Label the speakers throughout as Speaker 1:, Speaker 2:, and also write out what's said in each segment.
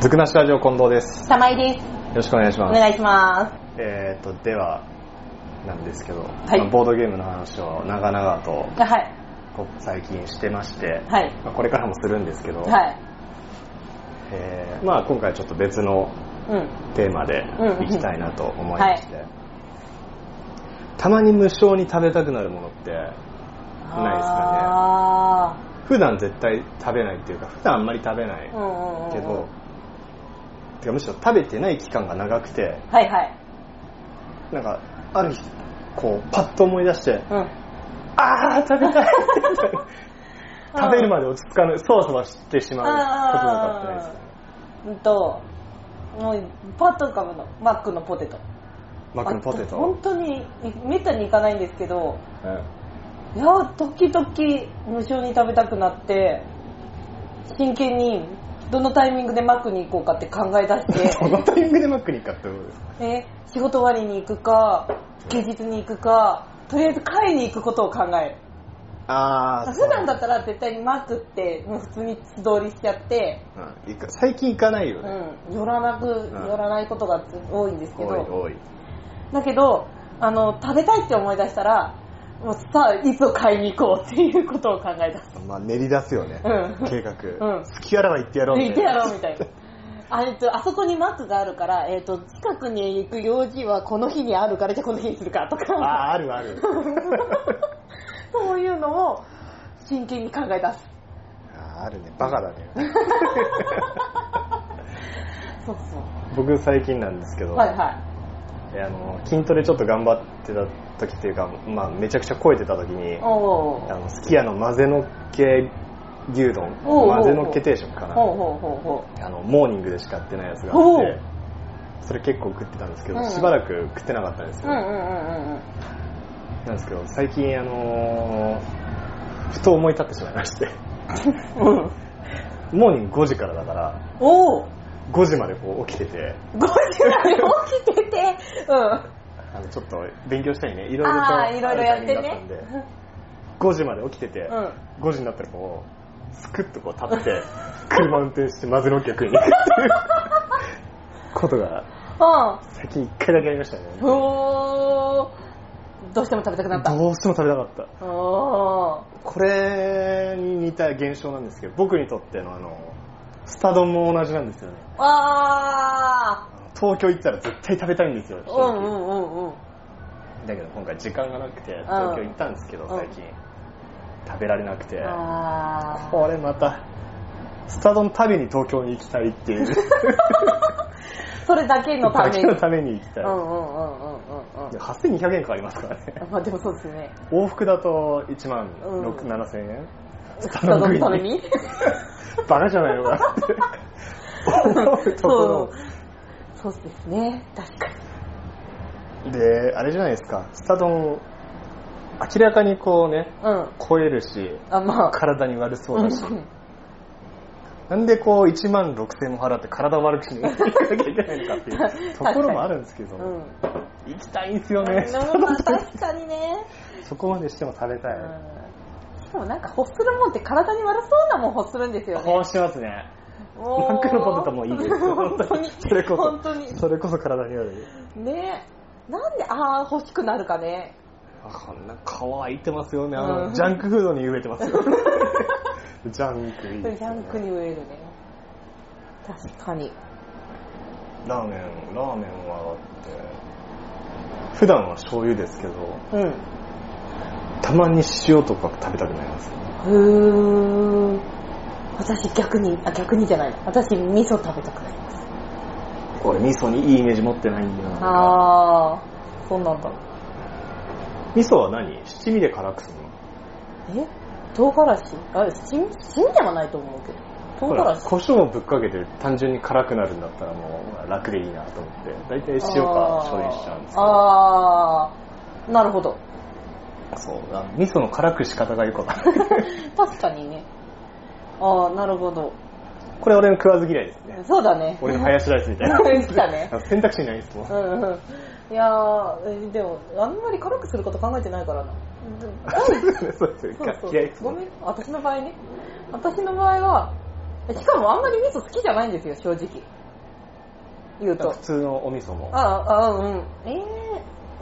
Speaker 1: ずくなしラジオ近藤です。
Speaker 2: 玉井です。
Speaker 1: よろしくお願いし
Speaker 2: お
Speaker 1: ます。
Speaker 2: 願いします。
Speaker 1: えーと、では、なんですけど、
Speaker 2: い
Speaker 1: まあボードゲームの話を長々と
Speaker 2: はい。
Speaker 1: こ最近してまして、
Speaker 2: はい。
Speaker 1: まあこれからもするんですけど、
Speaker 2: はい。
Speaker 1: えーまあ今回ちょっと別の
Speaker 2: うん。
Speaker 1: テーマで
Speaker 2: うんうん
Speaker 1: いきたいなと思いまして、たまに無償に食べたくなるものって、ないですかね。
Speaker 2: あ
Speaker 1: 普段絶対食べないっていうか、普段あんまり食べない
Speaker 2: ーうんうんうん。
Speaker 1: けど、てかむしろ食べてない期間が長くて、
Speaker 2: はいはい。
Speaker 1: なんか、ある日、こう、パッと思い出して、
Speaker 2: うん。
Speaker 1: あー、食べたい 食べるまで落ち着かない、そわそわしてしまうこととかってないですかね。
Speaker 2: うんと、もう、パッと浮かぶの。マックのポテト。
Speaker 1: マックのポテト。
Speaker 2: あ本当に、めったに行かないんですけど、
Speaker 1: うん
Speaker 2: いや、時々無性に食べたくなって、真剣に、どのタイミングでマックに行こうかって考え出 して、
Speaker 1: どのタイミングでマックに行くかってことですか
Speaker 2: えー仕事終わりに行くか休日に行くかとりあえず買いに行くことを考える
Speaker 1: あ
Speaker 2: 普段だったら絶対にマックってもう普通に素通りしちゃって、
Speaker 1: うん行く最近行かないよね。
Speaker 2: うん、寄らなく
Speaker 1: ん
Speaker 2: 寄らないことが多いんですけ
Speaker 1: 多い
Speaker 2: ど
Speaker 1: 多い。
Speaker 2: だけどあの食べたいって思い出したらもうさあいつを買いに行こうっていうことを考え出す
Speaker 1: まあ練り出すよね、
Speaker 2: うん
Speaker 1: 計画。
Speaker 2: うん
Speaker 1: 好きやらは行ってやろう
Speaker 2: 行ってやろうみたいな。あえっとあそこにマックがあるから、えっと近くに行く用事はこの日にあるからじゃあこの日にするかとか
Speaker 1: あー、あるある。
Speaker 2: そういうのを真剣に考え出す。
Speaker 1: あーあるね、バカだね。
Speaker 2: そうそう。
Speaker 1: 僕最近なんですけど、
Speaker 2: はいは
Speaker 1: えーあの筋トレちょっと頑張ってた時っていうか、まあ、めちゃくちゃ超えてた時に
Speaker 2: い。おお
Speaker 1: あ。のすき家の混ぜのっけ牛丼
Speaker 2: おうおうおう
Speaker 1: 混ぜのっけ定食か
Speaker 2: ほう
Speaker 1: な
Speaker 2: ほうほうほ
Speaker 1: あのモーニングでしかやってないやつがあ
Speaker 2: お
Speaker 1: っ
Speaker 2: う
Speaker 1: てそれ結構食ってたんですけ
Speaker 2: う
Speaker 1: ど
Speaker 2: ん
Speaker 1: しばらく食ってなかったんです
Speaker 2: う。う
Speaker 1: よ
Speaker 2: んう
Speaker 1: な
Speaker 2: んうんうんうん。
Speaker 1: んですけど最近あのーふと思い立ってしまいまして
Speaker 2: うん。
Speaker 1: モーニング5時からだから
Speaker 2: おお。
Speaker 1: 5時までこう起きてて
Speaker 2: 5時まで起きてて。うん。
Speaker 1: あのちょっと勉強したりねいろいろと
Speaker 2: あ
Speaker 1: あ
Speaker 2: あ、
Speaker 1: る
Speaker 2: いろいろやって
Speaker 1: タイミングだった
Speaker 2: ね
Speaker 1: ん。で5時まで起きてて、
Speaker 2: うん。
Speaker 1: 5時になったらこう、スクッとこう立って、車運転して混ぜのっけ食いに行くっていうことが、
Speaker 2: う
Speaker 1: 最近一回だけありましたね。
Speaker 2: ん。おお。どうしても食べたくなった。
Speaker 1: どうしても食べたかった。
Speaker 2: おお。
Speaker 1: これに似た現象なんですけど、僕にとってのあの、スタ丼も同じなんですよね。
Speaker 2: ああ。
Speaker 1: 東京行ったら絶対食べたいんですよ。正
Speaker 2: うん
Speaker 1: 直
Speaker 2: うんうんうん。
Speaker 1: だけど今回時間がなくて、東京行ったんですけど、
Speaker 2: ん
Speaker 1: 最近。食べられなくて、
Speaker 2: ああ。
Speaker 1: これまた、スタ丼食べに東京に行きたいって いう。
Speaker 2: それだけの
Speaker 1: だ
Speaker 2: ため
Speaker 1: け
Speaker 2: に。うん
Speaker 1: のために行きたい。
Speaker 2: うんうんうんうんうん
Speaker 1: で。8200円かかりますからね
Speaker 2: まあでもそうですね。
Speaker 1: 往復だと1万
Speaker 2: うん
Speaker 1: 6 7000円
Speaker 2: スタドのために
Speaker 1: バカじゃないのかなって 思うところ
Speaker 2: そうですね。確かに。
Speaker 1: であれじゃないですかスタ丼明らかにこうね
Speaker 2: うん。
Speaker 1: 超えるし
Speaker 2: あ、まあ。
Speaker 1: 体に悪そう
Speaker 2: う
Speaker 1: だ
Speaker 2: ん
Speaker 1: し、なんでこう1万6000円も払って体悪くしなきゃいけないのか っていうところもあるんですけど、
Speaker 2: うん。
Speaker 1: 行きたいんですよね
Speaker 2: でもまあ確かにね。
Speaker 1: そこまでしても食べたい、
Speaker 2: うん。しかもなんか欲するもんって体に悪そうなもん欲するんですよね。
Speaker 1: こうしますね
Speaker 2: もう
Speaker 1: マックのポテトもいいですよ
Speaker 2: 本当に。
Speaker 1: それこそ
Speaker 2: 本当に。
Speaker 1: それこそ体に悪い
Speaker 2: ねなんで、ああ、欲しくなるかね。
Speaker 1: こんな乾いてますよね。あ
Speaker 2: う
Speaker 1: の、
Speaker 2: ん
Speaker 1: ジャンクフードに飢えて ますよ。ジャンクいい
Speaker 2: ジ
Speaker 1: ですよ
Speaker 2: ャ
Speaker 1: ね、
Speaker 2: ンクに植えるね。確かに。
Speaker 1: ラーメン、ラーメンはだって、普段は醤油ですけど、
Speaker 2: うん。
Speaker 1: たまに塩とか食べたくなりますよね。
Speaker 2: うーん。私逆に、あ、逆にじゃない。私味噌食べたくなります。
Speaker 1: 俺、味噌にいいイメージ持ってないんだよな。
Speaker 2: ああ、そうなんだ。
Speaker 1: 味噌は何七味で辛くするの
Speaker 2: え唐辛子あれ、死ん、死んではないと思うけど。唐
Speaker 1: ほら
Speaker 2: 辛、子
Speaker 1: 胡椒をぶっかけて単純に辛くなるんだったらもう楽でいいなと思って、大体塩か醤油しちゃうんですけど、
Speaker 2: あー、なるほど。
Speaker 1: そう、あの味噌の辛く仕方がよくわかんない。
Speaker 2: 確かにね。あー、なるほど。
Speaker 1: これ俺の食わず嫌いですね。
Speaker 2: そうだね。
Speaker 1: 俺のハヤシライスみたいな。
Speaker 2: 来たね。
Speaker 1: 選択肢にないですもん
Speaker 2: う。んうん。いやー、えでも、あんまり辛くすること考えてないからな。
Speaker 1: そうです
Speaker 2: そう
Speaker 1: ね
Speaker 2: そう
Speaker 1: 嫌いです
Speaker 2: ご
Speaker 1: もん
Speaker 2: めん、私の場合ね。私の場合は、しかもあんまり味噌好きじゃないんですよ、正直。言うと
Speaker 1: 普。通のお味噌も
Speaker 2: ああ、あうん。ええ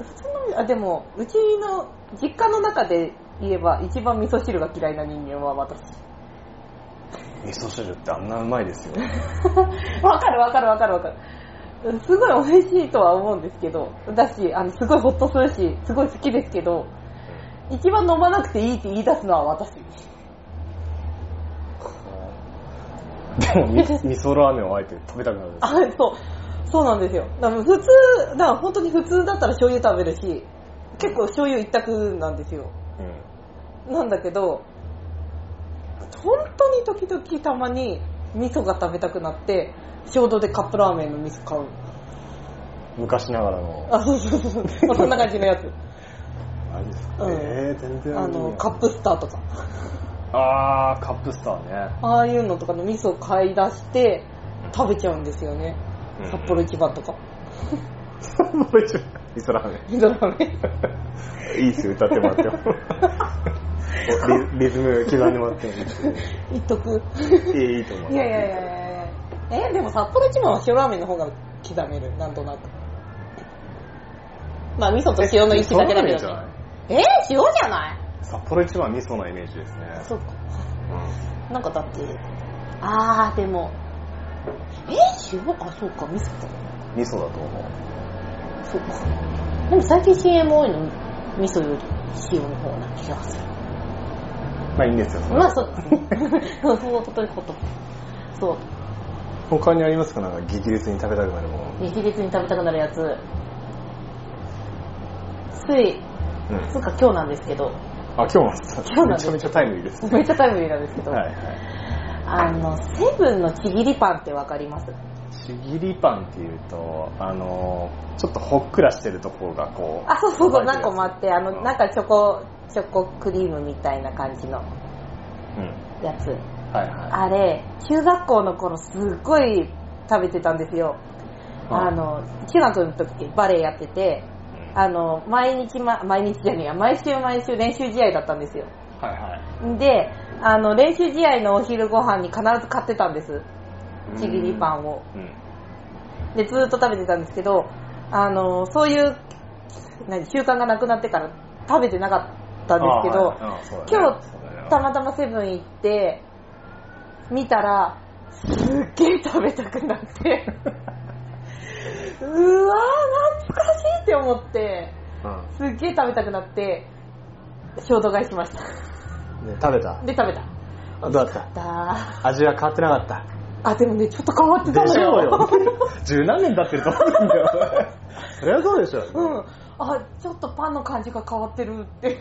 Speaker 2: 普通の、あ、でも、うちの実家の中で言えば、一番味噌汁が嫌いな人間は私。
Speaker 1: 味噌汁ってあんなうまいですよ
Speaker 2: わかるわかるわかるわかる。すごい美味しいとは思うんですけど、だし、あの、すごいホッとするし、すごい好きですけど、一番飲まなくていいって言い出すのは私。
Speaker 1: でもみ味噌ラーメンをあえて食べたくなるんで
Speaker 2: あ、そう。そうなんですよ。だから普通、だから本当に普通だったら醤油食べるし、結構醤油一択なんですよ。
Speaker 1: すうん
Speaker 2: なんだけど、本当に時々たまに味噌が食べたくなって、衝動でカップラーメンの味噌買う。
Speaker 1: 昔ながらの
Speaker 2: あ、そうそうそうそう。そんな感じのやつ。
Speaker 1: あれです
Speaker 2: うん
Speaker 1: えー、全然
Speaker 2: あの、カップスターとか。
Speaker 1: あーカップスターね
Speaker 2: ああいうのとかの味噌を買い出して食べちゃうんですよね
Speaker 1: うん。
Speaker 2: 札幌一番とか。
Speaker 1: もう一応味噌ラーメ
Speaker 2: 味噌ラーメ
Speaker 1: ン
Speaker 2: ン。
Speaker 1: いいっすよ歌ってもらって もリリズム刻んでもらってもいいですよ
Speaker 2: 言っとく。
Speaker 1: いいいいと思う
Speaker 2: いやいやいやいやいやえ、でも札幌一番は塩ラーメンの方が刻める、なんとなく。まあ味噌と塩の位置だけだけ
Speaker 1: そんな
Speaker 2: ど
Speaker 1: の
Speaker 2: ね
Speaker 1: じ。
Speaker 2: えー、塩じゃない
Speaker 1: ゃない札幌一番味噌のイメージですね
Speaker 2: そうか。なんかだって、あー、でも、えー、塩あ、そうか、味噌か。
Speaker 1: 味噌だと思う
Speaker 2: そうか。でも最近 CM 多いの、味噌より塩の方な気がする。
Speaker 1: まあいいんですよそれ
Speaker 2: まあ そうですね。そうそういうこと。そう。
Speaker 1: 他にありますかなんか激烈に食べたくなるもの
Speaker 2: 激烈に食べたくなるやつ。つい、
Speaker 1: うん
Speaker 2: つうか今日なんですけど、
Speaker 1: あ今日もさ
Speaker 2: 今日なん
Speaker 1: め
Speaker 2: で
Speaker 1: ち
Speaker 2: す
Speaker 1: ゃめちゃタイムリーですね
Speaker 2: めっちゃタイムリーなんですけど、
Speaker 1: はいはい
Speaker 2: あの、セブンのちぎりパンってわかります
Speaker 1: ちぎりパンっていうとあのーちょっとほっくらしてるところがこう
Speaker 2: あ、そうそうそう、
Speaker 1: な
Speaker 2: 何
Speaker 1: ん
Speaker 2: 個
Speaker 1: か
Speaker 2: もあって、あの、なんかチョコ、チョコクリームみたいな感じの
Speaker 1: うん
Speaker 2: やつ。
Speaker 1: はいは
Speaker 2: あれ、中学校の頃すっごい食べてたんですよ。あの、中学の時ってバレエやってて、
Speaker 1: い
Speaker 2: あの、毎日、ま、毎日じゃねえや、毎週毎週練習試合だったんですよ。
Speaker 1: はいはい
Speaker 2: で、あの、練習試合のお昼ご飯に必ず買ってたんです。ちぎりパンを。
Speaker 1: うん
Speaker 2: で、ずーっと食べてたんですけど、あの、そういう、何、習慣がなくなってから食べてなかったんですけど、
Speaker 1: あーはい
Speaker 2: 今日
Speaker 1: 日
Speaker 2: たまたまセブン行って、見たら、すっげえ食べたくなって、 うわー、懐かしいって思って、すっげえ食べたくなって、衝動買いしました。
Speaker 1: 食べた
Speaker 2: で、食べた。
Speaker 1: どうだった
Speaker 2: だー。
Speaker 1: 味は変わってなかった
Speaker 2: あ、でもね、ちょっと変わってた
Speaker 1: で
Speaker 2: の
Speaker 1: しょう
Speaker 2: よ。
Speaker 1: よ十何年経ってると思うんだよそりゃそうでしょ
Speaker 2: うん。あ、ちょっとパンの感じが変わってるって。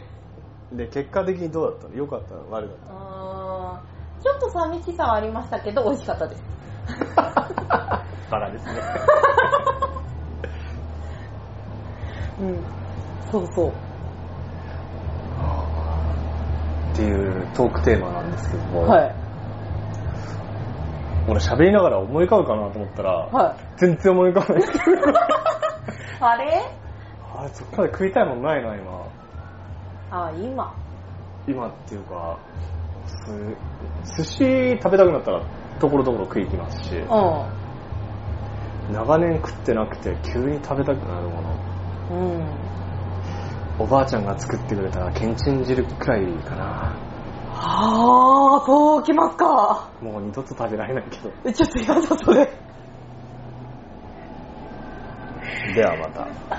Speaker 1: で結果的にどうだったの良かったの悪かっ
Speaker 2: うーん。ちょっと寂しさはありましたけど、美味しかったです。
Speaker 1: たバラですね
Speaker 2: うん。そうそう。
Speaker 1: っていうトークテーマなんですけども、
Speaker 2: はい。
Speaker 1: 俺喋りながら思い浮かぶかなと思ったら、
Speaker 2: はい。
Speaker 1: 全然思い浮かば ない
Speaker 2: あれ
Speaker 1: あれそっから食いたいもんないな今
Speaker 2: あ、今。
Speaker 1: 今っていうかす寿司食べたくなったらところどころ食いに行きますし
Speaker 2: う
Speaker 1: 長年食ってなくて急に食べたくなるもの
Speaker 2: ん。うん。
Speaker 1: おばあちゃんが作ってくれたけんちん汁くらいかな
Speaker 2: はあ、そうきますか。
Speaker 1: もう二度と食べられないけど
Speaker 2: えちょっとやだ、それ。
Speaker 1: ではまた